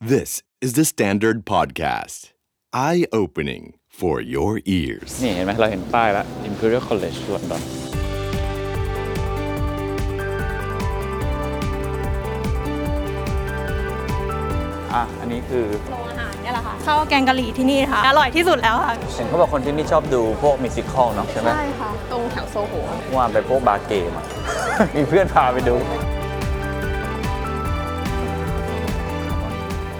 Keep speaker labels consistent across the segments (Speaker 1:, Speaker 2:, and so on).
Speaker 1: This is the Standard Podcast. Eye opening for your ears.
Speaker 2: นี่เห็นไหมเราเห็นป้ายแล้ว Imperial College London อ่ะ อันนี้คือ
Speaker 3: โรงอาหารเนี่ยแหละค่ะข้าวแกงกะหรี่ที่นี่ค่ะ อร่อยที่สุดแล้วค่ะ
Speaker 2: เห็นเขาบอกคนที่นี่ชอบดูพวกมิวสิคอลเนาะใช่ไหม
Speaker 3: ใช่ค่ะ ตรงแถวโซโห
Speaker 2: ว่าไปพวกบาร์เกมอะ มีเพื่อนพาไปดู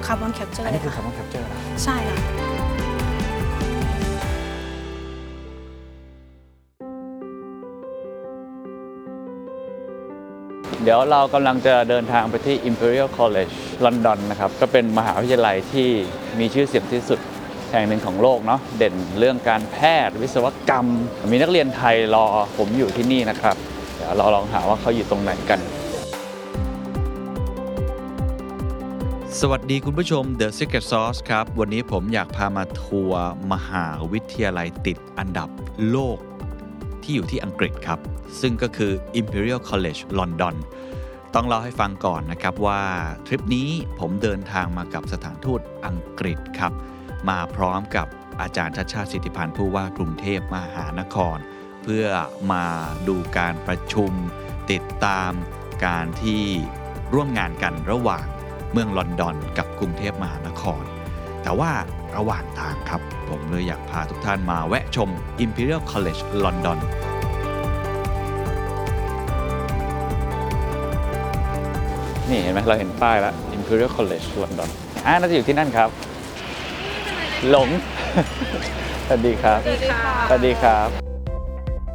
Speaker 3: คาร์บอนแคปเจอร์
Speaker 2: อัน
Speaker 3: เล
Speaker 2: นี้
Speaker 3: ย
Speaker 2: คือ
Speaker 3: ค่ะ
Speaker 2: คาร์บอนแคปเจอร์
Speaker 3: ใช่ค่ะ
Speaker 2: เดี๋ยวเรากำลังจะเดินทางไปที่ Imperial College London นะครับ ก็เป็นมหาวิทยาลัยที่มีชื่อเสียงที่สุดแห่งหนึ่งของโลกเนาะเด่นเรื่องการแพทย์ วิศวกรรม มีนักเรียนไทยรอผมอยู่ที่นี่นะครับ เดี๋ยวเราลองหาว่าเขาอยู่ตรงไหนกัน
Speaker 4: สวัสดีคุณผู้ชม The Secret Sauce ครับ วันนี้ผมอยากพามาทัวร์มหาวิทยาลัยติดอันดับโลกที่อยู่ที่อังกฤษครับ ซึ่งก็คือ Imperial College London ต้องเล่าให้ฟังก่อนนะครับว่า ทริปนี้ผมเดินทางมากับสถานทูตอังกฤษครับ มาพร้อมกับอาจารย์ชัชชาติสิทธิพันธ์ผู้ว่ากรุงเทพมหานคร เพื่อมาดูการประชุม ติดตามการที่ร่วมงานกันระหว่างเมืองลอนดอนกับกรุงเทพมหานคร แต่ว่าระหว่างทางครับ ผมเลยอยากพาทุกท่านมาแวะชม Imperial College London
Speaker 2: นี่เห็นไหมเราเห็นป้ายแล้ว Imperial College London อ่าน่าจะอยู่ที่นั่นครับ หลง สวัสดีครับ สวัสดีครับ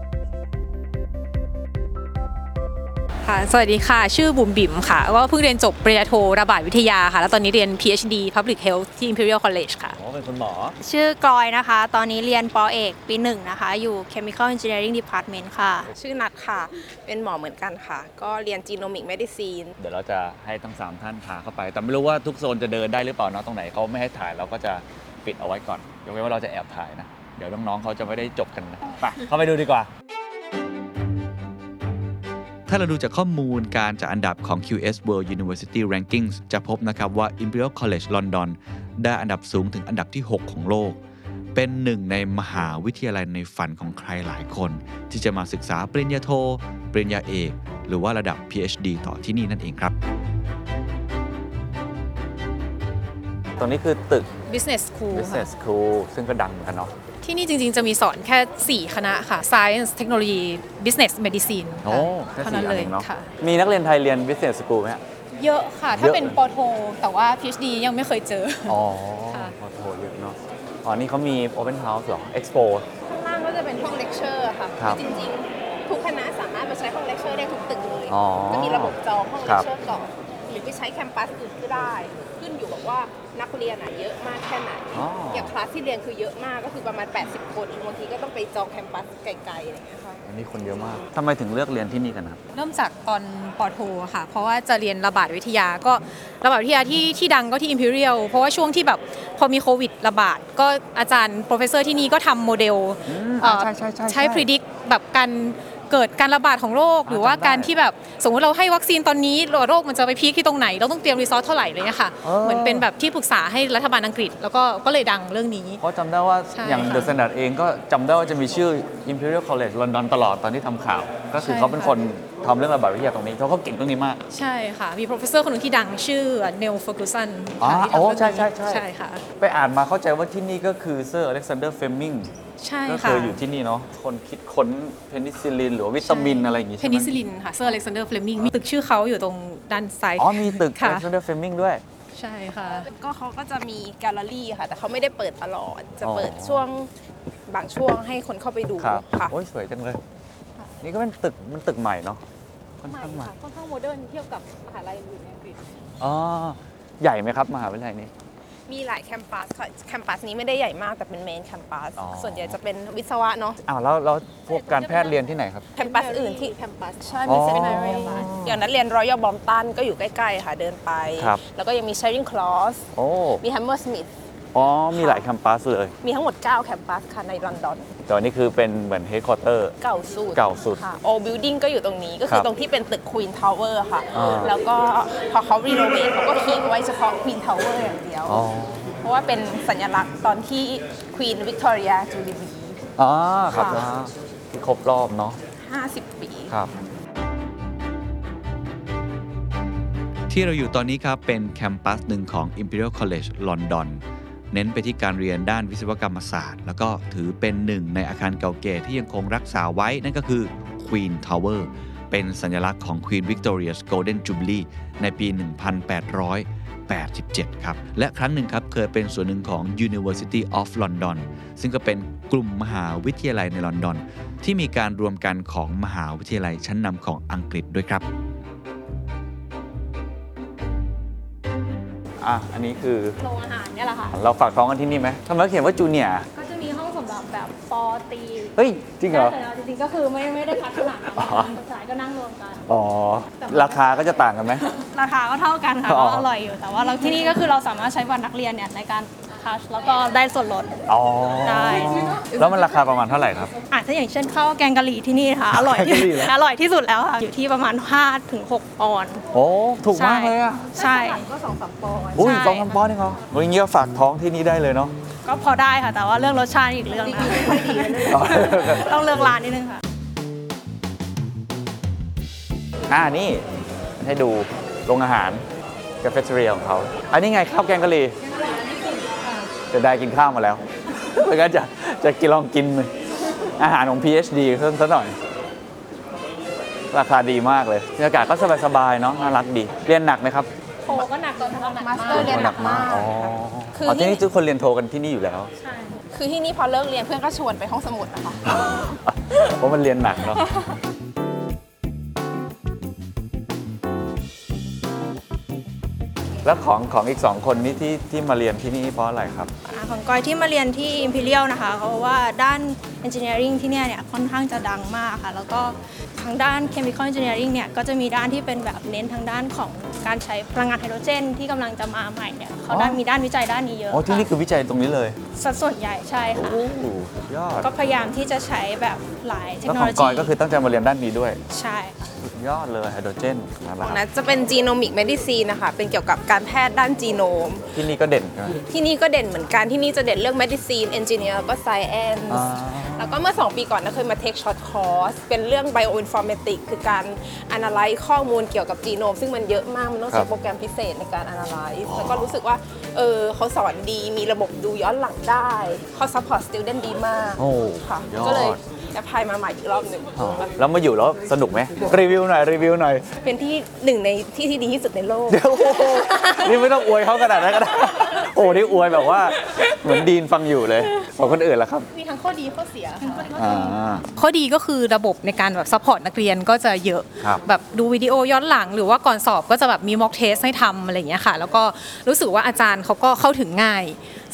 Speaker 5: ค่ะสวัสดีค่ะ ชื่อบุ๋มบิ๋มค่ะ ก็เพิ่งเรียนจบปริญญาโทระบาดวิทยาค่ะ แล้วตอนนี้เรียน PhD Public Health ที่ Imperial College ค่ะ
Speaker 2: อ๋อ เป็นคุณหมอ
Speaker 3: ชื่อกลอยนะคะ ตอนนี้เรียนปอเอกปีหนึ่งนะคะ อยู่ Chemical Engineering Department ค่ะ
Speaker 6: ชื่อนัดค่ะ เป็นหมอเหมือนกันค่ะ ก็เรียนจีโนมิกเมดิซีน
Speaker 2: เดี๋ยวเราจะให้ทั้ง 3 ท่านพาเข้าไป แต่ไม่รู้ว่าทุกโซนจะเดินได้หรือเปล่าเนาะตรงไหนเขาไม่ให้ถ่ายเราก็จะปิดเอาไว้ก่อน ยกเว้นว่าเราจะแอบถ่ายนะ เดี๋ยวน้องๆเขาจะไม่ได้จบกันนะไปเข้าไปดูดีกว่า
Speaker 4: ถ้าเราดูจากข้อมูลการจัดอันดับของ QS World University Rankings จะพบนะครับว่า Imperial College London ได้อันดับสูงถึงอันดับที่ 6 ของโลก เป็นหนึ่งในมหาวิทยาลัยในฝันของใครหลายคน ที่จะมาศึกษาปริญญาโท ปริญญาเอก หรือว่าระดับ PhD ต่อที่นี่นั่นเองครับ
Speaker 2: ตรงนี้คือตึก
Speaker 5: Business School ค่ะ
Speaker 2: Business School ซึ่งก็ดังเหมือนกันเนาะ
Speaker 5: ที่นี่จริงๆ จะมีสอนแค่ 4 คณะค่ะ Science Technology Business Medicine
Speaker 2: โอ้
Speaker 5: ค่ะ
Speaker 2: แค่
Speaker 5: เท่านั้
Speaker 2: สี่อัน
Speaker 5: นเล
Speaker 2: เอย งเนาะ
Speaker 5: ค่ะ
Speaker 2: มีนักเรียนไทยเรียน Business School ไหมฮะ
Speaker 5: เยอะค่ะ
Speaker 2: เย
Speaker 5: ถ้า
Speaker 2: อะ
Speaker 5: เป็นปอโท แต่ว่า PhD ยังไม่เคยเจอ
Speaker 2: อ๋อ
Speaker 5: ค่ะ
Speaker 2: โอ้โหเยอะเนาะ อ๋อ นี่เขามี Open House เหรอ Expo
Speaker 6: ข้างล่างก็จะเป็นห้องเลคเชอร์ค่ะ
Speaker 2: ครับ
Speaker 6: จริงๆ ทุกคณะสามารถไปใช้ห้องเลคเชอร์ได้ทุกตึกเลย
Speaker 2: อ๋อ
Speaker 6: จะมีระบบจองห้องเล
Speaker 2: ครั
Speaker 6: ค
Speaker 2: บ
Speaker 6: เชอร์ก่อนหรือไปใช้แคมปัสอื่นก็ได้ ขึ้นอยู่กับว่านักเรียนอะเยอะมากแค่ไหน
Speaker 2: อ๋ออ
Speaker 6: อย่างคลาสที่เรียนคือเยอะมากก็คือประมาณ 80 คนบางทีก็ต้องไปจองแคมปัสไกลๆอะไรอย่างเงี้ยค่ะ
Speaker 2: อันนี้คนเยอะมากทำไมถึงเลือกเรียนที่นี่กันครับ
Speaker 5: เริ่มจากตอนปอโทค่ะ เพราะว่าจะเรียนระบาดวิทยาก็ระบาดวิทยาที่ที่ดังก็ที่ Imperial เพราะว่าช่วงที่แบบพอมีโควิดระบาด ก็อาจารย์โปรเฟสเซอร์ที่นี่ก็ทำโมเดลเอ่อใช้ predict แบบการเกิดการระบาดของโรค หรือว่า
Speaker 2: จำได้
Speaker 5: การที่แบบสมมติเราให้วัคซีนตอนนี้โรคมันจะไปพีคที่ตรงไหน เราต้องเตรียมรีซอสเท่าไหร่เลยนะคะ
Speaker 2: อ๋อ
Speaker 5: เหมือนเป็นแบบที่ปรึกษาให้รัฐบาลอังกฤษ แล้วก็ก็เลยดังเรื่องนี้
Speaker 2: เพราะจำได้ว่า
Speaker 5: ใช่
Speaker 2: อย่าง
Speaker 5: ค่ะ
Speaker 2: The Standard เองก็จำได้ว่าจะมีชื่อ Imperial College London ตลอดตอนที่ทำข่าว ก็คือ
Speaker 5: ใช่
Speaker 2: เขาเป็น
Speaker 5: ค่ะ
Speaker 2: คนทำเรื่องระบาดวิทยาตรงนี้เขาก็เก่งเรื่องนี้มาก
Speaker 5: ใช่ค่ะมีโปรเฟสเซอร์คนหนึ่งที่ดังชื่อเนลเฟอร์กูสัน
Speaker 2: อ๋อ
Speaker 5: ค่ะที่ทำเรื่อง
Speaker 2: โอ้ใช่ใช่ใช่
Speaker 5: นี้ใช่ค่ะ
Speaker 2: ไปอ่านมาเข้าใจว่าที่นี่ก็คือเซอร์อเล็กซานเดอร์เฟมิง
Speaker 5: ใช่
Speaker 2: ก็
Speaker 5: ค่ะ
Speaker 2: เคยอยู่ที่นี่เนาะคนคิดค้นเพนิซิลลินหรือว่าวิตามินอะไรอย่างงี้
Speaker 5: เพ
Speaker 2: ใช่ไหม
Speaker 5: นิซิลินค่ะเซอร์อเล็กซานเดอร์เฟลมิงมีตึกชื่อเขาอยู่ตรงด้านซ้าย
Speaker 2: อ๋อมีตึกอ
Speaker 5: ค่ะ
Speaker 2: เล็กซานเดอร์เฟมิงด้วย
Speaker 5: ใช่ค่ะ
Speaker 6: ก็เขาก็จะมีแกลเลอรี่ค่ะ แต่เขาไม่ได้เปิดตลอด จะ
Speaker 2: อ๋อ
Speaker 6: เปิดช่วงบางช่วงให้คนเข้าไปดู
Speaker 2: ครับ
Speaker 6: ค่ะ
Speaker 2: โอ้ยสวยจังเลย นี่ก็เป็นตึกมันตึกใหม่เนาะค่อนข้างใหม่
Speaker 6: ค่อนข้างโมเดิร์นเทียบกับมหาลัยอื่นในอังกฤษ
Speaker 2: อ๋อใหญ่ไหมครับมหาวิทยาลัยนี้
Speaker 6: มีหลายแคมปัสค่ะแคมปัสนี้ไม่ได้ใหญ่มากแต่เป็นเมนแคมปัส
Speaker 2: อ๋อ
Speaker 6: ส่วนใหญ่จะเป็นวิศวะเนาะ
Speaker 2: อ้าวแล้วแล้วพวกการแพทย์เรียนที่ไหนครับ
Speaker 6: แคมปัสอื่นที่แคมปัสใช่
Speaker 2: อ๋
Speaker 6: มี
Speaker 2: อ
Speaker 6: เซมินารีอย่างนั้นเรียนรอยัลบอมตันก็อยู่ใกล้ ๆ ค่ะ เดินไป
Speaker 2: ครับ
Speaker 6: แล้วก็ยังมีเชอริงคลอส
Speaker 2: โอ้
Speaker 6: มีแฮมเมอร์สมิธ
Speaker 2: อ๋อ มีหลายแคมปัสเลย
Speaker 6: มีทั้งหมด 9 แคมปัสค่ะในลอนดอน
Speaker 2: แต่อันนี้คือเป็นเหมือนเฮดคอร์เตอร์
Speaker 6: เก่าสุด
Speaker 2: เก่าสุด
Speaker 6: ค่ะ Old Building ก็อยู่ตรงนี้ก็
Speaker 2: ครั
Speaker 6: คือบ ตรงที่เป็นตึก Queen Tower ค่ะ
Speaker 2: อ่า
Speaker 6: แล้วก็พอเขารีโนเวทเขาก็ทิ้งไว้เฉพาะ Queen Tower อย่างเดียว
Speaker 2: อ๋อ
Speaker 6: เพราะว่าเป็นสัญลักษณ์ตอนที่ Queen Victoria Jubilee
Speaker 2: อ๋อครับ
Speaker 6: ค่ะ
Speaker 2: อ่าที่ครบรอบเนาะ
Speaker 6: 50 ปี
Speaker 2: ครับ
Speaker 4: ที่เราอยู่ตอนนี้ครับ เป็นแคมปัสหนึ่งของ Imperial College London เน้นไปที่การเรียนด้านวิศวกรรมศาสตร์ แล้วก็ถือเป็นหนึ่งในอาคารเก่าแก่ที่ยังคงรักษาไว้ นั่นก็คือ Queen Tower เป็นสัญลักษณ์ของ Queen Victoria's Golden Jubilee ในปี 1887 ครับ และครั้งหนึ่งครับ เคยเป็นส่วนหนึ่งของ University of London ซึ่งก็เป็นกลุ่มมหาวิทยาลัยในลอนดอนที่มีการรวมกันของมหาวิทยาลัยชั้นนำของอังกฤษด้วยครับ
Speaker 2: อ่ะ อันนี้คือ
Speaker 3: โรงอาหารเนี่ยแหละค่ะ
Speaker 2: เราฝากท้องกันที่นี่ไหมทำไมเขาเขียนว่าจูเนียร์
Speaker 3: ก็จะมีห้องสำหรับแบบปอตี
Speaker 2: เฮ้ย จริงเหรอ
Speaker 3: แต่เราจริงๆก็คือไม่ไม่ได้พัฒนาดนั้น
Speaker 2: อ๋อ
Speaker 3: ภาษายก็นั่งรวมกัน
Speaker 2: อ๋อ ราคาก็จะต่างกันไหม
Speaker 3: ราคาก็เท่ากันค่ะ
Speaker 2: อ๋อ
Speaker 3: ก็อร่อยอยู่ แต่ว่าเราที่นี่ก็คือเราสามารถใช้บัตรนักเรียนเนี่ยในการทัชแล้วก็ได้ส่วนลด
Speaker 2: อ๋อ
Speaker 3: ได้
Speaker 2: แล้วมันราคาประมาณเท่าไหร่ครับ
Speaker 3: อาจจะอย่างเช่นข้าวแกงกะหรี่ที่นี่นะค่ะ อร่อย
Speaker 2: แกงกะหรี่เหรอ
Speaker 3: อร่อยที่สุดแล้วค่ะ อยู่ที่ประมาณ5ถึง6ออนซ์
Speaker 2: โอ้ ถูกมากเลยอ่ะ
Speaker 3: ใช่
Speaker 6: ก็สองสามปอนด์
Speaker 2: อุ้ย
Speaker 3: ใช่
Speaker 2: สองพันปอนด์เองเหรอเฮ้ยอย่างเงี้ยฝากท้องที่นี่ได้เลยเนาะ
Speaker 3: ก็พอได้ค่ะ แต่ว่าเรื่องรสชาติอีกเรื่อง นะ
Speaker 2: อ๋อ
Speaker 3: ต้องเลือกร้านนิดนึงค่ะ
Speaker 2: อ่านี่ ให้ดูโรงอาหารกาเฟเทเรียของเขา อันนี้ไงข้าวแกงกะหรี่จะได้กินข้าวมาแล้ว แล้วก็จะจะกินลองกินอาหารของ PhD เพิ่มซะหน่อย ราคาดีมากเลยบรรยากาศก็สบายๆเนาะน่ารักดี เรียนหนักไหมครับ
Speaker 3: โทก็หนักตอนทำ
Speaker 6: มาสเตอร์เรียนหนักมาก
Speaker 2: อ๋อ
Speaker 6: คือ
Speaker 2: อ๋อ
Speaker 6: ที่
Speaker 2: ที่นี่ทุกคนเรียนโทกันที่นี่อยู่แล้ว
Speaker 6: คือที่นี่พอเลิกเรียนเพื่อนก็ชวนไปห้องสมุดนะคะ
Speaker 2: เพราะมันเรียนหนักเนาะ แล้วของของอีกสองคนนี้ที่ที่มาเรียนที่นี่เพราะอะไรครับ
Speaker 3: ของก้อยที่มาเรียนที่ Imperial นะคะ เพราะว่าด้าน Engineering ที่เนี่ยเนี่ยค่อนข้างจะดังมากค่ะ แล้วก็ทางด้าน Chemical Engineering เนี่ยก็จะมีด้านที่เป็นแบบเน้นทางด้านของการใช้พลังงานไฮโดรเจน ที่กำลังจะมาใหม่เนี่ยเขาได้
Speaker 2: อ๋อ
Speaker 3: มีด้านวิจัยด้านนี้เยอะ
Speaker 2: อ๋อที่นี่
Speaker 3: ค่ะ
Speaker 2: คือวิจัยตรงนี้เลย
Speaker 3: สัดส่วนใหญ่ใช่ค่ะ
Speaker 2: โอ้โหสุดยอด
Speaker 3: ก็พยายามที่จะใช้แบบหลายเทค
Speaker 2: แล้ว
Speaker 3: โน
Speaker 2: ขอ
Speaker 3: โล
Speaker 2: งก
Speaker 3: ยี
Speaker 2: อยก็คือตั้งใจมาเรียนด้านนี้ด้วย
Speaker 3: ใช่ค่ะ
Speaker 2: สุดยอดเลยไฮโดรเจนนะค
Speaker 6: ของ
Speaker 2: รั
Speaker 6: นั
Speaker 2: บ
Speaker 6: ทจะเป็นจีโนมิกเมดิซีนนะคะ เป็นเกี่ยวกับการแพทย์ด้านจีโนม
Speaker 2: ที่นี่ก็เด่นใช่ไหม
Speaker 6: ที่นี่ก็เด่นเหมือนกัน ที่นี่จะเด่นเรื่อง medicine engineer แล้วก็ science
Speaker 2: อ่า
Speaker 6: แล้วก็เมื่อ 2 ปีก่อนนะเคยมา take short course เป็นเรื่อง bioinformatics คือการ analyze ข้อมูลเกี่ยวกับจีโนม ซึ่งมันเยอะมาก มันต้อง
Speaker 2: ครั
Speaker 6: ใช้
Speaker 2: บ
Speaker 6: โปรแกรมพิเศษในการ analyze แล้วก็รู้สึกว่า เออเขาสอนดี มีระบบดูย้อนหลังได้เขา support student ดีมาก
Speaker 2: โอ้
Speaker 6: ค่ะ
Speaker 2: ยอ
Speaker 6: ก็เลย
Speaker 2: ด
Speaker 6: จะพายมาใหม่อีกรอบหนึ่ง
Speaker 2: อ๋อแล้วมาอยู่แล้วสนุกไหมรีวิวหน่อยรีวิวหน่อย
Speaker 6: เป็นที่หนึ่งในที่ที่ดีที่สุดในโลก
Speaker 2: โอ้โหนี่ไม่ต้องอวยเขาขนาดนั้นก็ได้ โอ้นี่อวยแบบว่าเหมือนดีนฟังอยู่เลยของคนอื่นละครับ
Speaker 6: มีทั้งข้อดีข้อเสียค่ะ
Speaker 2: อ่า
Speaker 5: ข้อดีก็คือระบบในการแบบซัพพอร์ตนักเรียนก็จะเยอะ
Speaker 2: ครับ
Speaker 5: แบบดูวิดีโอย้อนหลัง หรือว่าก่อนสอบก็จะแบบมีม็อกเทสให้ทำอะไรอย่างเงี้ยค่ะ แล้วก็รู้สึกว่าอาจารย์เขาก็เข้าถึงง่าย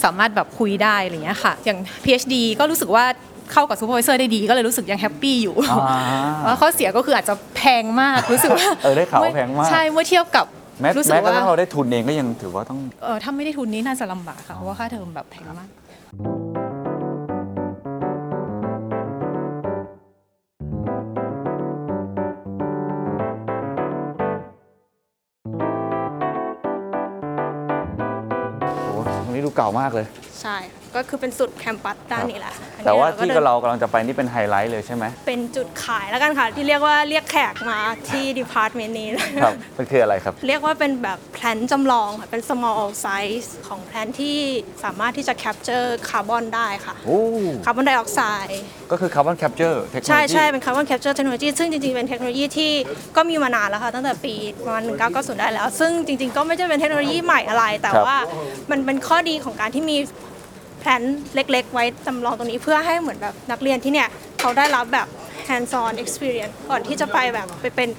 Speaker 5: สามารถแบบคุยได้อะไรอย่างเงี้ยค่ะ อย่าง PhD ก็รู้สึกว่าเข้ากับซูเปอร์วิเซอร์ได้ดีก็เลยรู้สึกยังแฮปปี้อยู่
Speaker 2: อ่า
Speaker 5: แล้วข้อเสียก็คืออาจจะแพงมากรู้สึกว่า
Speaker 2: เออได้ข่าวว่าแพงมาก
Speaker 5: ใช่เมื่อเทียบกับ
Speaker 2: แม้
Speaker 5: รู้สึ
Speaker 2: แม้
Speaker 5: ก
Speaker 2: กระ
Speaker 5: ว่า
Speaker 2: ทั่งเราได้ทุนเองก็ยังถือว่าต้อง
Speaker 5: เออถ้าไม่ได้ทุนนี้น่าจะลำบากค่ะเพราะว่าค่าเทอมแบบแพงมาก
Speaker 2: โอ้โหตรงนี้ดูเก่ามากเลย
Speaker 3: ใช่ค่ะก็คือเป็นสุดแคมปัสด้านนี้แหละค่ะ
Speaker 2: แต่ว่า
Speaker 3: อัน
Speaker 2: ที่
Speaker 3: นี้
Speaker 2: ก็
Speaker 3: เดิน
Speaker 2: เรากำลังจะไปนี่เป็นไฮไลท์เลยใช่ไหม
Speaker 3: เป็นจุดขายแล้วกันค่ะ ที่เรียกว่าเรียกแขกมาที่ดีพาร์ตเมนต์นี้
Speaker 2: ครับ มันคืออะไรครับ
Speaker 3: เรียกว่าเป็นแบบแพลนจำลองค่ะเป็น small size ของแพลนที่สามารถที่จะ capture คาร์บอนได้ค่ะ
Speaker 2: โอ้
Speaker 3: คาร์บอนไดออกไซด์
Speaker 2: ก็คือคาร์บอนแคปเจอร์เทคโนโลยี
Speaker 3: ใช่ใช่เป็น carbon capture technology ซึ่งจริง ๆ เป็นเทคโนโลยีที่ก็มีมานานแล้วค่ะ ตั้งแต่ปีประมาณ1990 ได้แล้ว ซึ่งจริง ๆ ก็ไม่ใช่เป็นเทคโนโลยีใหม่อะไร แต่ว่ามันเป็นข้อดีของการที่มีแผนเล็ก ๆ ไว้จำลองตรงนี้เพื่อให้เหมือนแบบนักเรียนที่เนี่ย เขาได้รับแบบ hands on experience ก่อนที่จะไปแบบไปเป็น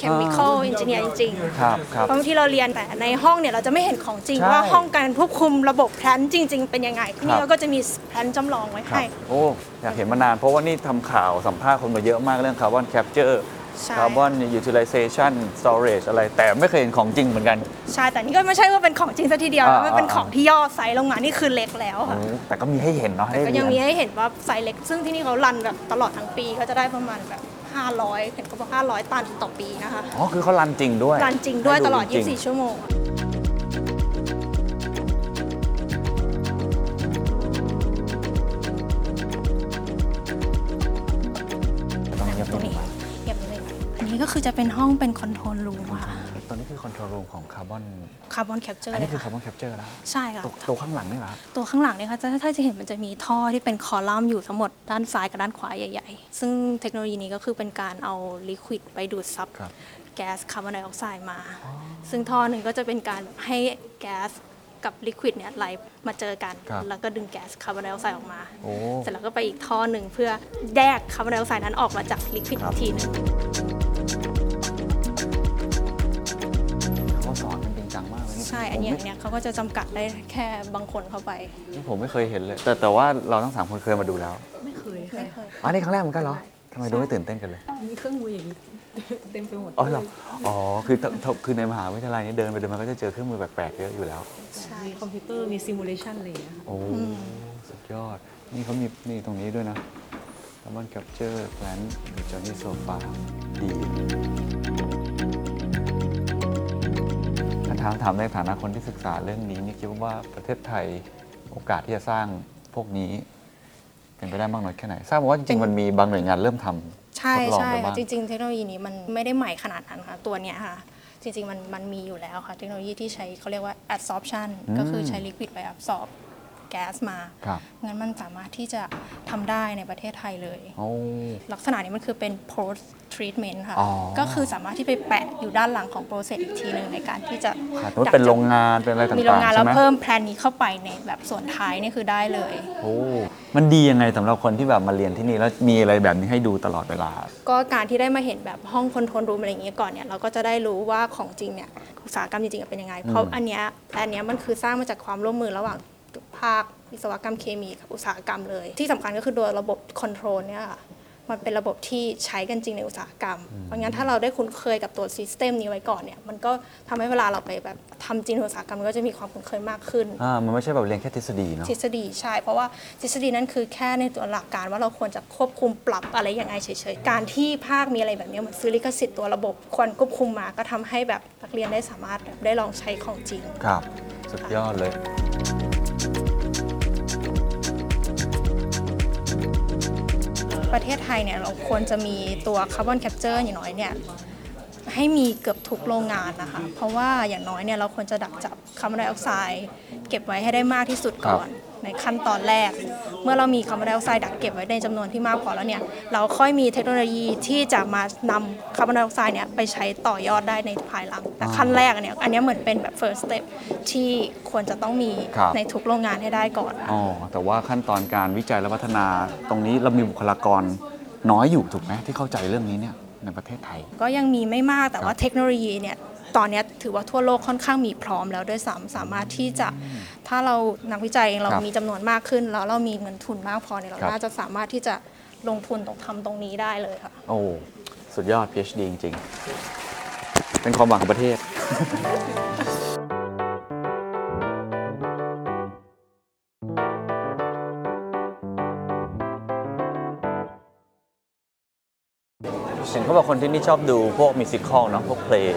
Speaker 3: chemical engineer จริงๆ
Speaker 2: ครับครับ
Speaker 3: เพราะบางทีเราเรียนแต่ในห้องเนี่ยเราจะไม่เห็นของจริง
Speaker 2: ใช่
Speaker 3: ว่าห้องการควบคุมระบบแพลนจริง ๆ เป็นยังไง
Speaker 2: ค
Speaker 3: ที่
Speaker 2: รั
Speaker 3: นี่
Speaker 2: บ
Speaker 3: เราก็จะมีแพลนจำลองไว้
Speaker 2: ครับ
Speaker 3: ให้
Speaker 2: โอ้ อยากเห็นมานานเพราะว่านี่ทำข่าวสัมภาษณ์คนมาเยอะมากเรื่องคาร์บอนแคปเจอร์
Speaker 3: ใช่
Speaker 2: คาร์บอนยูทิลิเซชันสโตรจอะไร แต่ไม่เคยเห็นของจริงเหมือนกัน
Speaker 3: ใช่แต่นี่ก็ไม่ใช่ว่าเป็นของจริงซะทีเดียวนะ
Speaker 2: อ่ามั
Speaker 3: มันเป็นของที่ย่อไซส์ลงมานี่คือเล็กแล้วค่ะ
Speaker 2: แต่ก็มีให้เห็นเนาะ
Speaker 3: แต่ก็ยังมีให้เห็นว่าไซส์เล็ก ซึ่งที่นี่เขารันแบบตลอดทั้งปีก็จะได้ประมาณแบบ 500 เห็นเขาบอก500 ตันต่อปีนะคะ
Speaker 2: อ๋อคือเขารันจริงด้วย
Speaker 3: รันจริงด้วยตลอด
Speaker 2: ให้จริง
Speaker 3: 24 ชั่วโมง
Speaker 2: ต้องเงียบ
Speaker 3: ตรงนี้เก็บเลยอันนี้ก็คือจะเป็นห้องเป็นคอนโทรลรูมค่ะ
Speaker 2: ตรงนี้คือคอนโทรลรูมของคาร์บอน
Speaker 3: คาร์บอนแคปเจอร์
Speaker 2: อัน
Speaker 3: เล
Speaker 2: นี้
Speaker 3: ย
Speaker 2: คือ
Speaker 3: ค่ะ
Speaker 2: คาร์บอนแคปเจอร์แล้ว
Speaker 3: ใช่ค่ะ
Speaker 2: ตัวตัวข้างหลังนี่เหรอครับ
Speaker 3: ตัวข้างหลังเนี่ยค่ะจะถ้าจะเห็นมันจะมีท่อที่เป็นคอลัมน์อยู่ทั้งหมดด้านซ้ายกับด้านขวาใหญ่ๆ ซึ่งเทคโนโลยีนี้ก็คือเป็นการเอาลิควิดไปดูดซับ แก๊สคาร์บอนไดออกไซด์มา ซึ่งท่อหนึ่งก็จะเป็นการให้แก๊สกับลิควิดเนี่ยไหลมาเจอกัน
Speaker 2: ครับ
Speaker 3: แล้วก็ดึงแก๊สคาร์บอนไดออกไซด์ออกมา
Speaker 2: โอ้
Speaker 3: เสร็จแล้วก็ไปอีกท่อหนึ่งเพื่อแยกคาร์บอนไดออกไซด์นั้นออกมาจากลิควิดอีกทีหนึง
Speaker 2: เขาสอนกันจริงจังมากเลย
Speaker 3: ใช่ อันนี้อย่างเนี้ยเขาก็จะจำกัดได้แค่บางคนเข้าไป
Speaker 2: นี่ผมไม่เคยเห็นเลย แต่แต่ว่าเราทั้งสามคนเคยมาดูแล้ว
Speaker 3: ไม่เคย
Speaker 2: อ๋อนี่ครั้งแรกเหมือนกันเหรอทำไมดูไม่ตื่นเต้นกันเลย
Speaker 7: มีเครื่องมืออย่างนี้ เต็มไปหมด
Speaker 2: อ๋อเหรออ๋อคือถ้าถ้าคือในมหาวิทยาลัยนี่เดินไปเดินมาก็จะเจอเครื่องมือแปลกๆเยอะอยู่แล้ว
Speaker 7: มีคอมพิวเตอร์ มีซิมูเลชันอะไรอย่างเงี้ยค่ะ
Speaker 2: โอ้ สุดยอด นี่เขามีนี่ตรงนี้ด้วยนะ Carbon Capture Plant หรือ Johnny Sofa ดีถ้าถามถามในฐานะคนที่ศึกษาเรื่องนี้นี่คิดว่าประเทศไทยโอกาสที่จะสร้างพวกนี้ เป็นไปได้มากน้อยแค่ไหน ทราบมาว่าจริงๆ มันมีบางหน่วยงานเริ่มทำ
Speaker 3: ใช่
Speaker 2: ทดลอง
Speaker 3: ใช่
Speaker 2: ไปบ้าง
Speaker 3: ค่ะจริง ๆ เทคโนโลยีนี้มันไม่ได้ใหม่ขนาดนั้นค่ะ ตัวเนี้ยค่ะ จริง ๆ มันมันมีอยู่แล้วค่ะ เทคโนโลยีที่ใช้เขาเรียกว่า adsorption ก็คือใช้ลิควิดไป absorb แก๊สมา
Speaker 2: ครับ
Speaker 3: งั้นมันสามารถที่จะทำได้ในประเทศไทยเลย
Speaker 2: โอ้
Speaker 3: ลักษณะนี้มันคือเป็น post treatment ค่ะ
Speaker 2: อ๋อ
Speaker 3: ก็คือสามารถที่ไปแปะอยู่ด้านหลังของโปรเซสอีกทีหนึ่งในการที่จะ
Speaker 2: ขาดว่าเป็นโรงงานเป็นอะไรต่าง
Speaker 3: มีโรง
Speaker 2: ๆ
Speaker 3: งาน
Speaker 2: ใช่
Speaker 3: แล้ว
Speaker 2: ไหม
Speaker 3: เพิ่มแพลนนี้เข้าไปในแบบส่วนท้ายนี่คือได้เลย
Speaker 2: โอ้ มันดียังไงสำหรับคนที่แบบมาเรียนที่นี่แล้วมีอะไรแบบนี้ให้ดูตลอดเวลา
Speaker 3: ก็การที่ได้มาเห็นแบบห้องคอนโทรลรูมอะไรอย่างเงี้ยก่อนเนี่ยเราก็จะได้รู้ว่าของจริงเนี่ยอุตสาหกรรมจริงๆเป็นยังไง เพราะอันเนี้ยแต่อันเนี้ยมันคือสร้างมาจากความร่วมมือระหว่างภาควิศวกรรมเคมีกับอุตสาหกรรมเลย ที่สำคัญก็คือตัวระบบคอนโทรลเนี่ยค่ะมันเป็นระบบที่ใช้กันจริงในอุตสาหกรรม เพราะงั้นถ้าเราได้คุ้นเคยกับตัวซิสเต็มนี้ไว้ก่อนเนี่ยมันก็ทำให้เวลาเราไปแบบทำจริงในอุตสาหกรรมมันก็จะมีความคุ้นเคยมากขึ้น
Speaker 2: อ่า มันไม่ใช่แบบเรียนแค่ทฤษฎีเนาะ
Speaker 3: ทฤษฎีใช่ เพราะว่าทฤษฎีนั้นคือแค่ในตัวหลักการว่าเราควรจะควบคุมปรับอะไรยังไงเฉยๆ การที่ภาคมีอะไรแบบเนี้ยเหมือนซื้อลิขสิทธิ์ตัวระบบควรควบคุมมาก็ทำให้แบบนักเรียนได้สามารถแบบได้ลองใช้ของจริง
Speaker 2: ครับ สุดยอดเลย
Speaker 3: ประเทศไทยเนี่ยเราควรจะมีตัวคาร์บอนแคปเจอร์อย่างน้อยเนี่ยให้มีเกือบทุกโรงงานนะคะ เพราะว่าอย่างน้อยเนี่ยเราควรจะดักจับคาร์บอนไดออกไซด์เก็บไว้ให้ได้มากที่สุดก่อน ในขั้นตอนแรก เมื่อเรามีคาร์บอนไดออกไซด์ดักเก็บไว้ในจำนวนที่มากพอแล้วเนี่ยเราค่อยมีเทคโนโลยีที่จะมานำคาร์บอนไดออกไซด์เนี่ยไปใช้ต่อยอดได้ในภายหลังแต่ขั้นแรกเนี่ยอันเนี้ยเหมือนเป็นแบบ first step ที่ควรจะต้องมี
Speaker 2: ครับ
Speaker 3: ในทุกโรงงานให้ได้ก่อนค่ะ
Speaker 2: อ๋อ แต่ว่าขั้นตอนการวิจัยและพัฒนาตรงนี้เรามีบุคลากรน้อยอยู่ถูกไหมที่เข้าใจเรื่องนี้เนี่ยในประเทศไทย
Speaker 3: ก็ยังมีไม่มากแต่ว่าเทคโนโลยีเนี่ยตอนเนี้ยถือว่าทั่วโลกค่อนข้างมีพร้อมแล้วด้วยซ้ำสามารถที่จะถ้าเรานักวิจัยเองเรา
Speaker 2: ครับ
Speaker 3: มีจำนวนมากขึ้น แล้วเรามีเงินทุนมากพอเนี่ยเรา
Speaker 2: ครับ
Speaker 3: น่าจะสามารถที่จะลงทุนตรงทำตรงนี้ได้เลยค่ะ
Speaker 2: โอ้ สุดยอด PhD จริง ๆ เป็นความหวังของประเทศ เห็นเขาบอกคนที่นี่ชอบดูพวกมิวสิคอลเนาะพวกเพลง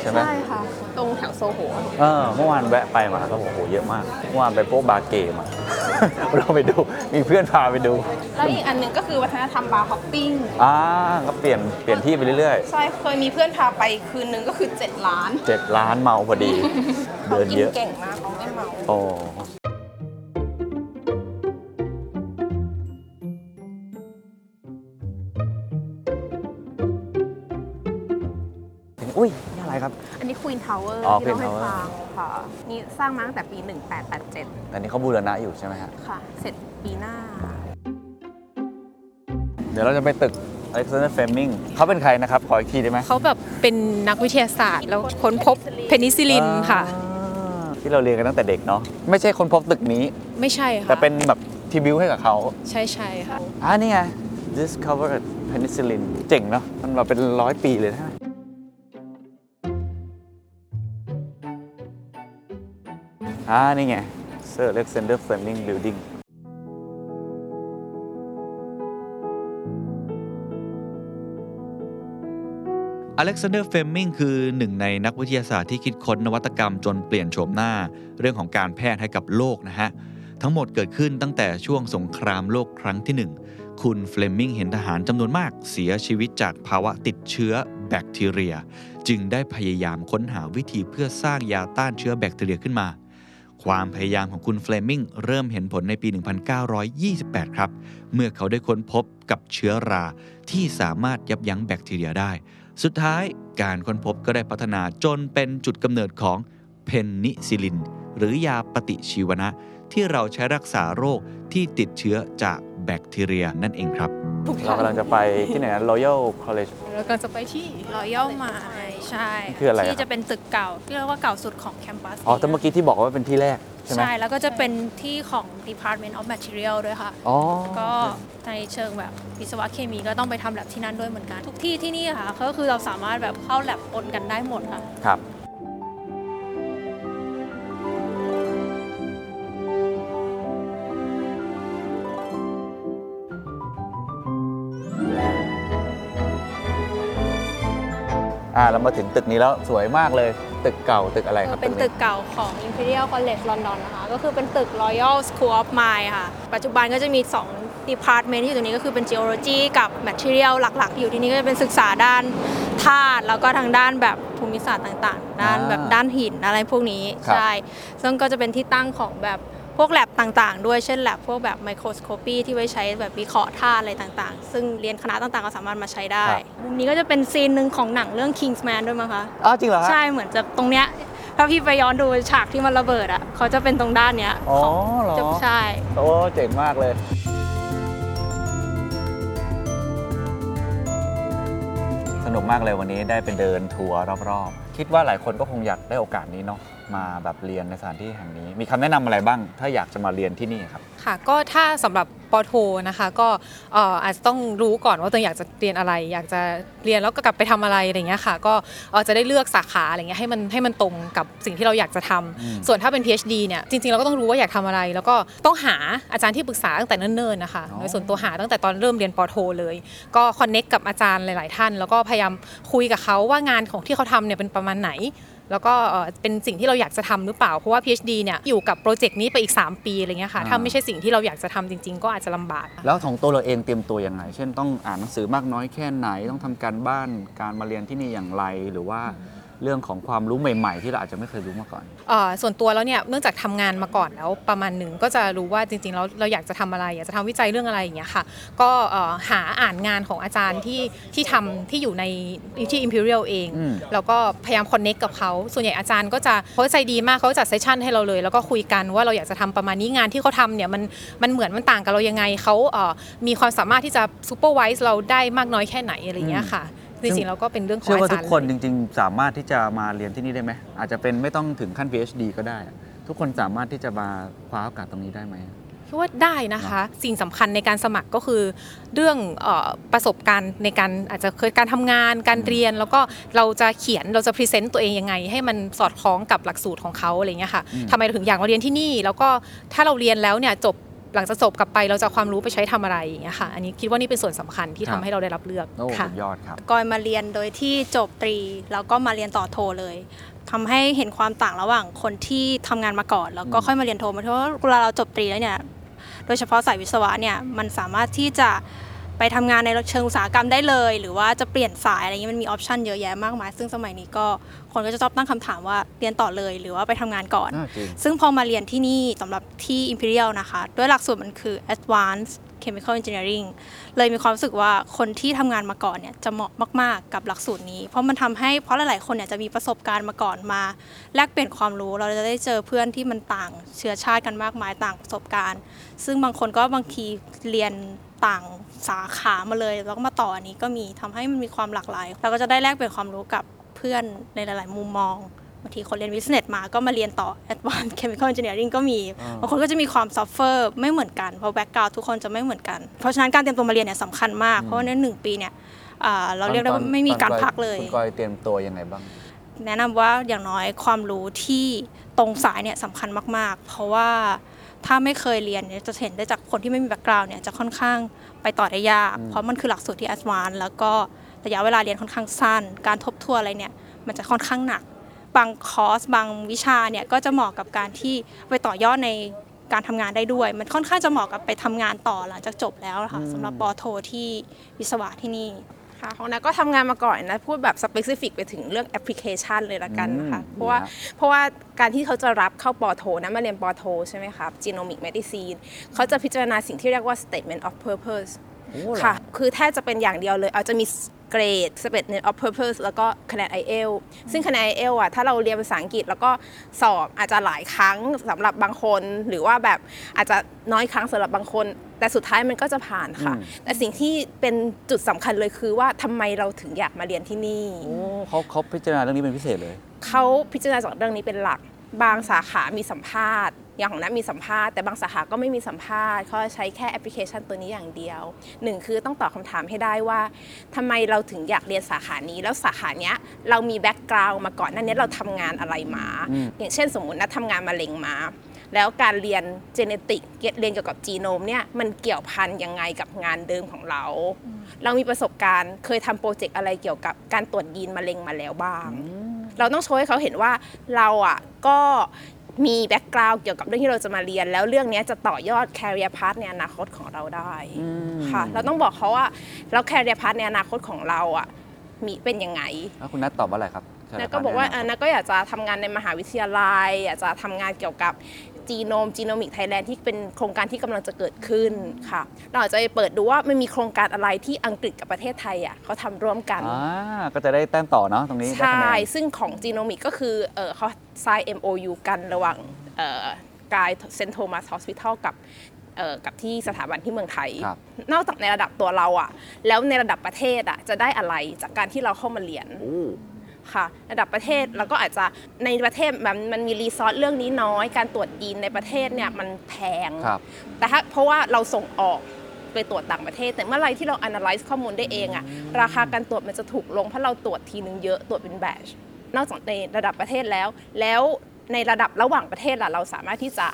Speaker 2: ใช่ไหม
Speaker 6: ใช่ค่ะ ตรงแถวโซโห
Speaker 2: เออเมื่อวานแวะไปมาก็บอกโหเยอะมาก เมื่อวานไปพวกบาร์เกย์มา เราไปดู มีเพื่อนพาไปดู
Speaker 6: แล้วอีกอันหนึ่งก็คือวัฒนธรรมบาร์ฮอปปิ้ง
Speaker 2: อ่า ก็เปลี่ยนเปลี่ยนที่ไปเรื่อย
Speaker 6: ใช่เคยมีเพื่อนพาไปคืนนึงก็คือ 7 ล้าน
Speaker 2: ๆเจ็ดล้านเมาพอดี
Speaker 6: เขา
Speaker 2: เดิน
Speaker 6: กิน
Speaker 2: เยอะ
Speaker 6: เก่งมากเขาไม่เมา
Speaker 2: โอ้ อุ้ย นี่อะไรครับ
Speaker 6: อันนี้ควีนทาวเวอร์
Speaker 2: อ๋อ
Speaker 6: ที่เราให้
Speaker 2: Queen
Speaker 6: ฟั
Speaker 2: Tower
Speaker 6: งค่ะ นี่สร้างมาตั้งแต่ปี 1887
Speaker 2: อันนี้เขาบูรณะอยู่ใช่ไหมฮะ
Speaker 6: ค่ะ เสร็จปีหน้า
Speaker 2: เดี๋ยวเราจะไปตึก Alexander Fleming เขาเป็นใครนะครับ ขออีกทีได้ไหม
Speaker 5: เขาแบบเป็นนักวิทยาศาสตร์ แล้วค้นพบเพนิซิลินค่ะ
Speaker 2: อ่าที่เราเรียนกันตั้งแต่เด็กเนาะ ไม่ใช่คนพบตึกนี้
Speaker 5: ไม่ใช่ค่ะ
Speaker 2: แต่เป็นแบบทีบิวให้กับเขา
Speaker 5: ใช่ใช่ค่ะ
Speaker 2: อ่านี่ไง discovered penicillin เจ๋งเนาะมันมาเป็นร้อยปีเลยนะ อ่า นี่ไง Sir Alexander Fleming Building
Speaker 4: อเล็กซานเดอร์เฟมมิงคือหนึ่งในนักวิทยาศาสตร์ที่คิดค้นนวัตกรรมจนเปลี่ยนโฉมหน้า เรื่องของการแพทย์ให้กับโลกนะฮะ ทั้งหมดเกิดขึ้นตั้งแต่ช่วงสงครามโลกครั้งที่หนึ่งคุณเฟลมิงเห็นทหารจำนวนมากเสียชีวิตจากภาวะติดเชื้อแบคทีเรีย จึงได้พยายามค้นหาวิธีเพื่อสร้างยาต้านเชื้อแบคทีเรียขึ้นมา ความพยายามของคุณเฟลมิงเริ่มเห็นผลในปี 1928 ครับ เมื่อเขาได้ค้นพบกับเชื้อราที่สามารถยับยั้งแบคทีเรียได้ สุดท้ายการค้นพบก็ได้พัฒนาจนเป็นจุดกำเนิดของเพนนิซิลิน หรือยาปฏิชีวนะ ที่เราใช้รักษาโรคที่ติดเชื้อจากแบคทีเรียนั่นเองครับ
Speaker 2: เรากำลังจะไปที่ไหนนะ Royal College
Speaker 5: แล้วก็จะไปที่
Speaker 3: รอยย่อมาใช่
Speaker 2: คืออะไรครับ
Speaker 3: ที่จะเป็นตึกเก่าที่เรียกว่าเก่าสุดของแคมปัส
Speaker 2: อ๋อ แต่เมื่อกี้ที่บอกว่าเป็นที่แรก ใช่ไหม
Speaker 3: ใช่ แล้วก็จะเป็นที่ของ Department of Material ด้วยค่ะ
Speaker 2: อ๋อ
Speaker 3: ก็ในเชิงแบบวิศวะเคมีก็ต้องไปทำแลบที่นั่นด้วยเหมือนกัน ทุกที่ที่นี่ค่ะ ก็คือเราสามารถแบบเข้าแลบปนกันได้หมดค่ะ
Speaker 2: ครับ อ่า เรามาถึงตึกนี้แล้วสวยมากเลย ตึกเก่าตึกอะไรครับ
Speaker 3: เป็นตึกเก่าของ Imperial College London นะคะ ก็คือเป็นตึก Royal School of Mines ค่ะ ปัจจุบันก็จะมี 2 Department ที่อยู่ตรงนี้ก็คือเป็น Geology กับ Material หลัก ๆ อยู่ที่นี่ก็จะเป็นศึกษาด้านธาตุแล้วก็ทางด้านแบบภูมิศาสตร์ต่างๆ ด้านแบบด้านหินอะไรพวกนี้ ใช่ ซึ่งก็จะเป็นที่ตั้งของแบบพวกแลบต่างๆ ด้วย เช่นแลบพวกแบบไมโครสโคปีที่ไว้ใช้แบบวิเคราะห์ธาตุอะไรต่างๆ ซึ่งเรียนคณะต่างๆ ก็สามารถมาใช้ได้ มุมนี้ก็จะเป็นซีนหนึ่งของหนังเรื่อง Kingsman ด้วยมั้งคะ
Speaker 2: อ๋อจริงเหรอฮะ
Speaker 3: ใช่เหมือนจะตรงเนี้ยถ้าพี่ไปย้อนดูฉากที่มันระเบิดอ่ะ เขาจะเป็นตรงด้านเนี้ย
Speaker 2: อ๋อ
Speaker 3: ของ
Speaker 2: เหรอ
Speaker 3: จะใช่
Speaker 2: โอ้ เจ๋งมากเลย สนุกมากเลยวันนี้ได้ไปเดินทัวร์รอบๆ คิดว่าหลายคนก็คงอยากได้โอกาสนี้เนาะมาแบบเรียนในสถานที่แห่งนี้ มีคำแนะนำอะไรบ้าง ถ้าอยากจะมาเรียนที่นี่ครับ
Speaker 5: ค่ะก็ถ้าสำหรับปอโทนะคะก็เอ่ออาจจะต้องรู้ก่อนว่าตัวเองอยากจะเรียนอะไร อยากจะเรียนแล้วก็กลับไปทำอะไรอะไรอย่างเงี้ยค่ะก็เอ่อจะได้เลือกสาขาอะไรเงี้ยให้มันให้มันตรงกับสิ่งที่เราอยากจะทำ
Speaker 2: อืม
Speaker 5: ส่วนถ้าเป็น PhD เนี่ยจริงๆเราก็ต้องรู้ว่าอยากทำอะไร แล้วก็ต้องหาอาจารย์ที่ปรึกษาตั้งแต่เนิ่นๆนะคะ
Speaker 2: อ๋อ
Speaker 5: โดยส่วนตัวหาตั้งแต่ตอนเริ่มเรียนปอโทเลย ก็คอนเน็กกับอาจารย์หลายๆท่าน แล้วก็พยายามคุยกับเขาว่างานของที่เขาทำเนี่ยเป็นประมาณไหน แล้วก็เอ่อเป็นสิ่งที่เราอยากจะทำหรือเปล่า เพราะว่า PhD เนี่ยอยู่กับโปรเจกต์นี้ไปอีก 3 ปีอะไรเงี้ยค่ะ
Speaker 2: อ่า
Speaker 5: ถ้าไม่ใช่สิ่งที่เราอยากจะทำจริง ๆ ก็อาจจะลำบาก
Speaker 2: แล้วของตัวเราเองเตรียมตัวยังไง เช่นต้องอ่านหนังสือมากน้อยแค่ไหน ต้องทำการบ้าน การมาเรียนที่นี่อย่างไร หรือว่าเรื่องของความรู้ใหม่ ๆ ที่เราอาจจะไม่เคยรู้มาก่อน
Speaker 5: เอ่อส่วนตัวแล้วเนี่ยเนื่องจากทำงานมาก่อนแล้วประมาณหนึ่งก็จะรู้ว่าจริงๆแล้วเราอยากจะทำอะไร อยากจะทำวิจัยเรื่องอะไรอย่างเงี้ยค่ะ ก็เอ่อหาอ่านงานของอาจารย์ที่ที่ทำที่อยู่ในที่ Imperial เอง
Speaker 2: อืม
Speaker 5: แล้วก็พยายามคอนเน็กกับเขา ส่วนใหญ่อาจารย์ก็จะเขาใจดีมากเขาจัดเซสชันให้เราเลย แล้วก็คุยกันว่าเราอยากจะทำประมาณนี้งานที่เขาทำเนี่ยมันมันเหมือนมันต่างกับเรายังไงเขาเอ่อมีความสามารถที่จะซูเปอร์วิสเราได้มากน้อยแค่ไหนอะไรอย่างเงี้ยค่ะจริงๆแล้วก็เป็นเรื่องของ
Speaker 2: เชื่อ
Speaker 5: อาจารย์
Speaker 2: ว่าทุกคน
Speaker 5: เลย
Speaker 2: จริงๆ สามารถที่จะมาเรียนที่นี่ได้ไหม อาจจะเป็นไม่ต้องถึงขั้น PhD ก็ได้อะทุกคนสามารถที่จะมาคว้าโอกาสตรงนี้ได้ไหม
Speaker 5: คิดว่าได้นะคะ สิ่งสำคัญในการสมัครก็คือเรื่องเออประสบการณ์ในการอาจจะเคยการทำงาน การเรียน แล้วก็เราจะเขียนเราจะพรีเซนต์ตัวเองยังไง ให้มันสอดคล้องกับหลักสูตรของเขาอะไรเงี้ยค่ะ
Speaker 2: อืม
Speaker 5: ทำไมเราถึงอยากมาเรียนที่นี่ แล้วก็ถ้าเราเรียนแล้วเนี่ยจบหลังจากจบกลับไปเราจะเอาความรู้ไปใช้ทำอะไรอย่างเงี้ยค่ะอันนี้คิดว่านี่เป็นส่วนสำคัญที่ทำให้เราได้รับเลือก
Speaker 2: โอ้
Speaker 5: ค่ะ
Speaker 2: สุดยอดครับ
Speaker 3: กอยมาเรียนโดยที่จบตรี แล้วก็มาเรียนต่อโทเลยทำให้เห็นความต่างระหว่างคนที่ทำงานมาก่อน แล้วก็
Speaker 2: อืม
Speaker 3: ค่อยมาเรียนโทเพราะว่าเวลาเราจบตรีแล้วเนี่ย โดยเฉพาะสายวิศวะเนี่ยมันสามารถที่จะไปทำงานในเชิงอุตสาหกรรมได้เลย หรือว่าจะเปลี่ยนสายอะไรเงี้ยมันมีออปชันเยอะแยะมากมาย ซึ่งสมัยนี้ก็คนก็จะชอบตั้งคำถามว่าเรียนต่อเลยหรือว่าไปทำงานก่อน
Speaker 2: น่าจริง
Speaker 3: ซึ่งพอมาเรียนที่นี่สำหรับที่ Imperial นะคะ ด้วยหลักสูตรมันคือ Advanced Chemical Engineering เลยมีความรู้สึกว่าคนที่ทำงานมาก่อนเนี่ยจะเหมาะมาก ๆ กับหลักสูตรนี้ เพราะมันทำให้เพราะหลาย ๆ คนเนี่ยจะมีประสบการณ์มาก่อนมา แลกเปลี่ยนความรู้เราจะได้เจอเพื่อนที่มันต่างเชื้อชาติกันมากมายต่างประสบการณ์ ซึ่งบางคนก็บางทีเรียนต่างสาขามาเลย แล้วก็มาต่ออันนี้ก็มีทำให้มันมีความหลากหลายเราก็จะได้แลกเปลี่ยนความรู้กับเพื่อนในหลาย ๆ มุมมอง บางทีคนเรียนวิสเน s มาก็มาเรียนต่อ Advanced Chemical Engineering ก็มี
Speaker 2: อ่า
Speaker 3: บางคนก็จะมีความซอฟเฟอร์ไม่เหมือนกัน เพราะแบ็กกราวทุกคนจะไม่เหมือนกัน เพราะฉะนั้นการเตรียมตัวมาเรียนเนี่ยสำคัญมาก เพราะว่าในหนึ่งปีเนี่ยอ่าเราเรียกได้ว่าไม่มีการพักเลย
Speaker 2: คุณก้อยเตรียมตัวยังไงบ้าง
Speaker 3: แนะนำว่าอย่างน้อยความรู้ที่ตรงสายเนี่ยสำคัญมาก ๆ เพราะว่าถ้าไม่เคยเรียนเนี่ยจะเห็นได้จากคนที่ไม่มีแบ็กกราวน์เนี่ยจะค่อนข้างไปต่อได้ยาก
Speaker 2: อืม
Speaker 3: เพราะมันคือหลักสูตรที่แอดวานซ์แล้วก็ระยะเวลาเรียนค่อนข้างสั้น การทบทวนอะไรเนี่ยมันจะค่อนข้างหนัก บางคอร์สบางวิชาเนี่ยก็จะเหมาะกับการที่ไปต่อยอดในการทำงานได้ด้วย มันค่อนข้างจะเหมาะกับไปทำงานต่อหลังจากจบแล้วนะคะสำหรับปอโทที่วิศวะที่นี่
Speaker 6: ค่ะของนาก็ทำงานมาก่อนนะพูดแบบสเปซิฟิกไปถึงเรื่องแอปพลิเคชันเลยละกันนะคะ
Speaker 2: อืม
Speaker 6: เพราะว่า
Speaker 2: ดีฮะ
Speaker 6: เพราะว่าการที่เขาจะรับเข้าปอโทนะมาเรียนปอโทใช่ไหมครับ genomic medicine เขาจะพิจารณาสิ่งที่เรียกว่า statement of purpose
Speaker 2: โอ้โหเหรอ
Speaker 6: ค่ะ คือแทบจะเป็นอย่างเดียวเลย เอาจะมีเกรด s p e c i a l of purpose แล้วก็คะแนน i อเอลซึ่งคะแนน i อเอลอ่ะ ถ้าเราเรียนภาษาอังกฤษแล้วก็สอบอาจจะหลายครั้งสำหรับบางคน หรือว่าแบบอาจจะน้อยครั้งสำหรับบางคน แต่สุดท้ายมันก็จะผ่านค่ะ
Speaker 2: อืม
Speaker 6: แต่สิ่งที่เป็นจุดสำคัญเลยคือว่าทำไมเราถึงอยากมาเรียนที่นี่
Speaker 2: โอ้เขาเขาพิจารณาเรื่องนี้เป็นพิเศษเลย
Speaker 6: เขาพิจารณาจากเรื่องนี้เป็นหลัก บางสาขามีสัมภาษณ์ อย่างของน้ามีสัมภาษณ์ แต่บางสาขาก็ไม่มีสัมภาษณ์ เขาใช้แค่แอปพลิเคชันตัวนี้อย่างเดียวหนึ่งคือต้องตอบคำถามให้ได้ว่าทำไมเราถึงอยากเรียนสาขานี้ แล้วสาขาเนี้ยเรามีแบ็กกราว n ์มาก่อนหนั้านนี้ยเราทำงานอะไรมา
Speaker 2: อืม
Speaker 6: อย่างเช่นสมมตินะทำงานมะเร็งมา แล้วการเรียนเจเนติกเรียนเกี่ยวกับจีโนมเนี่ยมันเกี่ยวพันยังไงกับงานเดิมของเรา เรามีประสบการณ์เคยทำโปรเจกต์อะไรเกี่ยวกับการตรวจยีนมะเร็งมาแล้วบ้าง เราต้องโชว์ให้เขาเห็นว่าเราอ่ะก็มีแบ็กกราวด์เกี่ยวกับเรื่องที่เราจะมาเรียน แล้วเรื่องเนี้ยจะต่อยอดแคริเอร์พาในอนาคตของเราได้ค่ะเราต้องบอกเขาว่าแล้วแคริเอร์พาในอนาคตของเราอ่ะมีเป็นยังไง
Speaker 2: แล้วคุณนัทตอบว่าอะไรครับ
Speaker 6: แล้วก็บอกว่า
Speaker 2: ใช่
Speaker 6: อ่ะ
Speaker 2: ไหม
Speaker 6: นะก็อยากจะทำงานในมหาวิทยาลัย อยากจะทำงานเกี่ยวกับจีโนมจีโนมิกไทยแลนด์ที่เป็นโครงการที่กำลังจะเกิดขึ้นค่ะ เราอาจจะไปเปิดดูว่ามันมีโครงการอะไรที่อังกฤษกับประเทศไทยอ่ะเขาทำร่วมกัน
Speaker 2: อ่าก็จะได้แต้มต่อเนาะตรงนี้ได้คะ
Speaker 6: ใช่
Speaker 2: แนน
Speaker 6: ซึ่งของจีโนมิกก็คือเออเขา sign MOU กันระหว่างเอ่อกายเซนโทมัสฮอสพิทอลกับเอ่อกับที่สถาบันที่เมืองไทย
Speaker 2: ครับ
Speaker 6: นอกจากในระดับตัวเราอะแล้วในระดับประเทศอะจะได้อะไรจากการที่เราเข้ามาเรียน
Speaker 2: โอ้
Speaker 6: ค่ะระดับประเทศเราก็อาจจะในประเทศมันมันมีรีซอสเรื่องนี้น้อย การตรวจยีนในประเทศเนี่ยมันแพง
Speaker 2: ครับ
Speaker 6: แต่ถ้าเพราะว่าเราส่งออกไปตรวจต่างประเทศ แต่เมื่อไรที่เรา analyze ข้อมูลได้เองอะราคาการตรวจมันจะถูกลง เพราะเราตรวจทีนึงเยอะตรวจเป็นแบชนอกจากในระดับประเทศแล้ว แล้วในระดับระหว่างประเทศล่ะเราสามารถที่จะ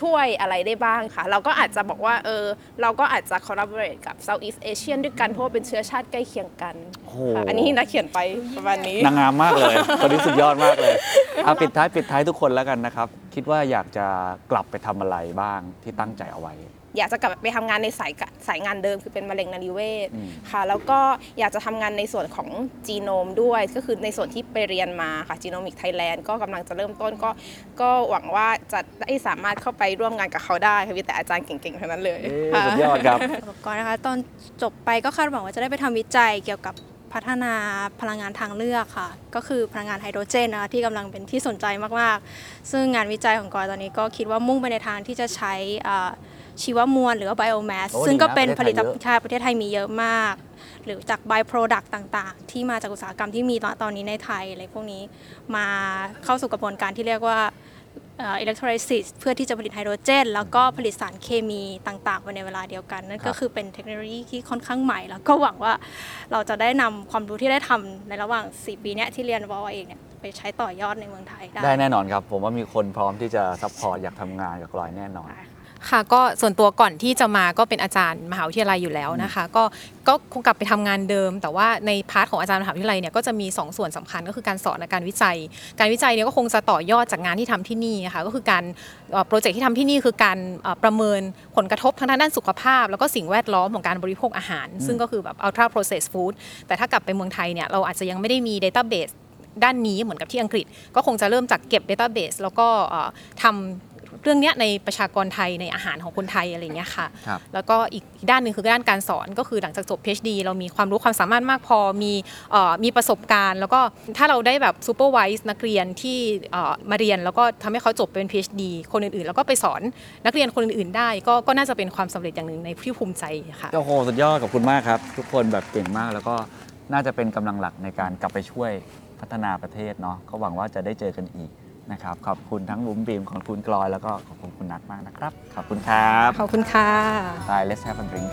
Speaker 6: ช่วยอะไรได้บ้างค่ะ เราก็อาจจะบอกว่าเออเราก็อาจจะ collaborate กับ Southeast Asian ด้วยกันเพราะว่าเป็นเชื้อชาติใกล้เคียงกัน
Speaker 2: โอ้โห
Speaker 6: ค่ะอันนี้นักเขียนไปประมาณนี้
Speaker 2: นางงามมากเลยคนนี้สุดยอดมากเลยเอาปิดท้ายปิดท้ายทุกคนแล้วกันนะครับ คิดว่าอยากจะกลับไปทำอะไรบ้างที่ตั้งใจเอาไว้
Speaker 6: อยากจะกลับไปทำงานในสายกะสายงานเดิมคือเป็นมะเร็งนาริเวศ
Speaker 2: อืม
Speaker 6: ค่ะ แล้วก็อยากจะทำงานในส่วนของจีโนมด้วย ก็คือในส่วนที่ไปเรียนมาค่ะจีโนมิกไทยแลนด์ก็กำลังจะเริ่มต้นก็ ก็หวังว่าจะได้สามารถเข้าไปร่วมงานกับเขาได้ค่ะมีแต่อาจารย์เก่งๆทั้งนั้นเลย
Speaker 2: เอ้ย
Speaker 6: ค่ะ
Speaker 2: สุดยอดครับ
Speaker 3: สำหรับก่อนนะคะตอนจบไปก็คาดหวังว่าจะได้ไปทำวิจัยเกี่ยวกับพัฒนาพลังงานทางเลือกค่ะ ก็คือพลังงานไฮโดรเจนนะคะที่กำลังเป็นที่สนใจมาก ๆ ซึ่งงานวิจัยของกอยตอนนี้ก็คิดว่ามุ่งไปในทางที่จะใช้อ่าชีวมวลหรือว่าไบโอแมส
Speaker 2: โอ้
Speaker 3: ซึ่งก็
Speaker 2: ดีนะ
Speaker 3: เป็นผลิต
Speaker 2: ประเทศไทยเยอะ
Speaker 3: ใช่ประเทศไทยมีเยอะมาก หรือจาก by product ต่างๆ ที่มาจากอุตสาหกรรมที่มีตอนนี้ในไทยอะไรพวกนี้มาเข้าสู่กระบวนการที่เรียกว่า เอิเล็กโทรไลซิสเพื่อที่จะผลิตไฮโดรเจน แล้วก็ผลิตสารเคมีต่างๆไปในเวลาเดียวกัน นั่น
Speaker 2: ครั
Speaker 3: ก็
Speaker 2: บ
Speaker 3: คือเป็นเทคโนโลยีที่ค่อนข้างใหม่ แล้วก็หวังว่าเราจะได้นำความรู้ที่ได้ทำในระหว่าง 4 ปีเนี้ยที่เรียนวอเองเนี่ยไปใช้ต่อยอดในเมืองไทยได้
Speaker 2: ได้แน่นอนครับ ผมว่ามีคนพร้อมที่จะซัพพอร์ตอยากทำงานกับกลอยแน่นอน
Speaker 5: ค่ะก็ส่วนตัวก่อนที่จะมาก็เป็นอาจารย์มหาวิทยาลัยอยู่แล้วนะคะ ก็ก็คงกลับไปทำงานเดิม แต่ว่าในพาร์ทของอาจารย์มหาวิทยาลัยเนี่ยก็จะมี 2 ส่วนสำคัญก็คือการสอนและการวิจัย การวิจัยเนี่ยก็คงจะต่อยอดจากงานที่ทำที่นี่นะคะก็คือการเอ่อโปรเจกต์ที่ทำที่นี่คือการเอ่อประเมินผลกระทบทางด้านสุขภาพ แล้วก็สิ่งแวดล้อมของการบริโภคอาหาร ซึ่งก็คือแบบ ultra processed food แต่ถ้ากลับไปเมืองไทยเนี่ยเราอาจจะยังไม่ได้มี database ด้านนี้เหมือนกับที่อังกฤษ ก็คงจะเริ่มจากเก็บ Database แล้วก็เอ่อทำเรื่องเนี้ยในประชากรไทยในอาหารของคนไทยอะไรอย่างเงี้ยค่ะ
Speaker 2: ครับ
Speaker 5: แล้วก็อีกอีกด้านหนึ่งคือด้านการสอนก็คือหลังจากจบ PhD เรามีความรู้ความสามารถมากพอมีเอ่อมีประสบการณ์ แล้วก็ถ้าเราได้แบบซูเปอร์ว s e นักเรียนที่เอ่อมาเรียนแล้วก็ทำให้เขาจบเป็น PhD คนอื่นๆ แล้วก็ไปสอนนักเรียนคนอื่นๆได้ ก็ก็น่าจะเป็นความสำเร็จอย่างหนึ่งในที่ภูมิใจค่ะ
Speaker 2: โอ้โหสุดยอดขอบคุณมากครับ ทุกคนแบบเก่งมากแล้วก็น่าจะเป็นกำลังหลักในการกลับไปช่วย พัฒนาประเทศเนาะก็หวังว่าจะได้เจอกันอีกนะครับ ขอบคุณทั้งลุมบีมของคุณกลอยแล้วก็ขอบคุณคุณนัทมากนะครับ ขอบคุณครับ
Speaker 5: ขอบคุณค่ะ
Speaker 2: ตาย let's have a drink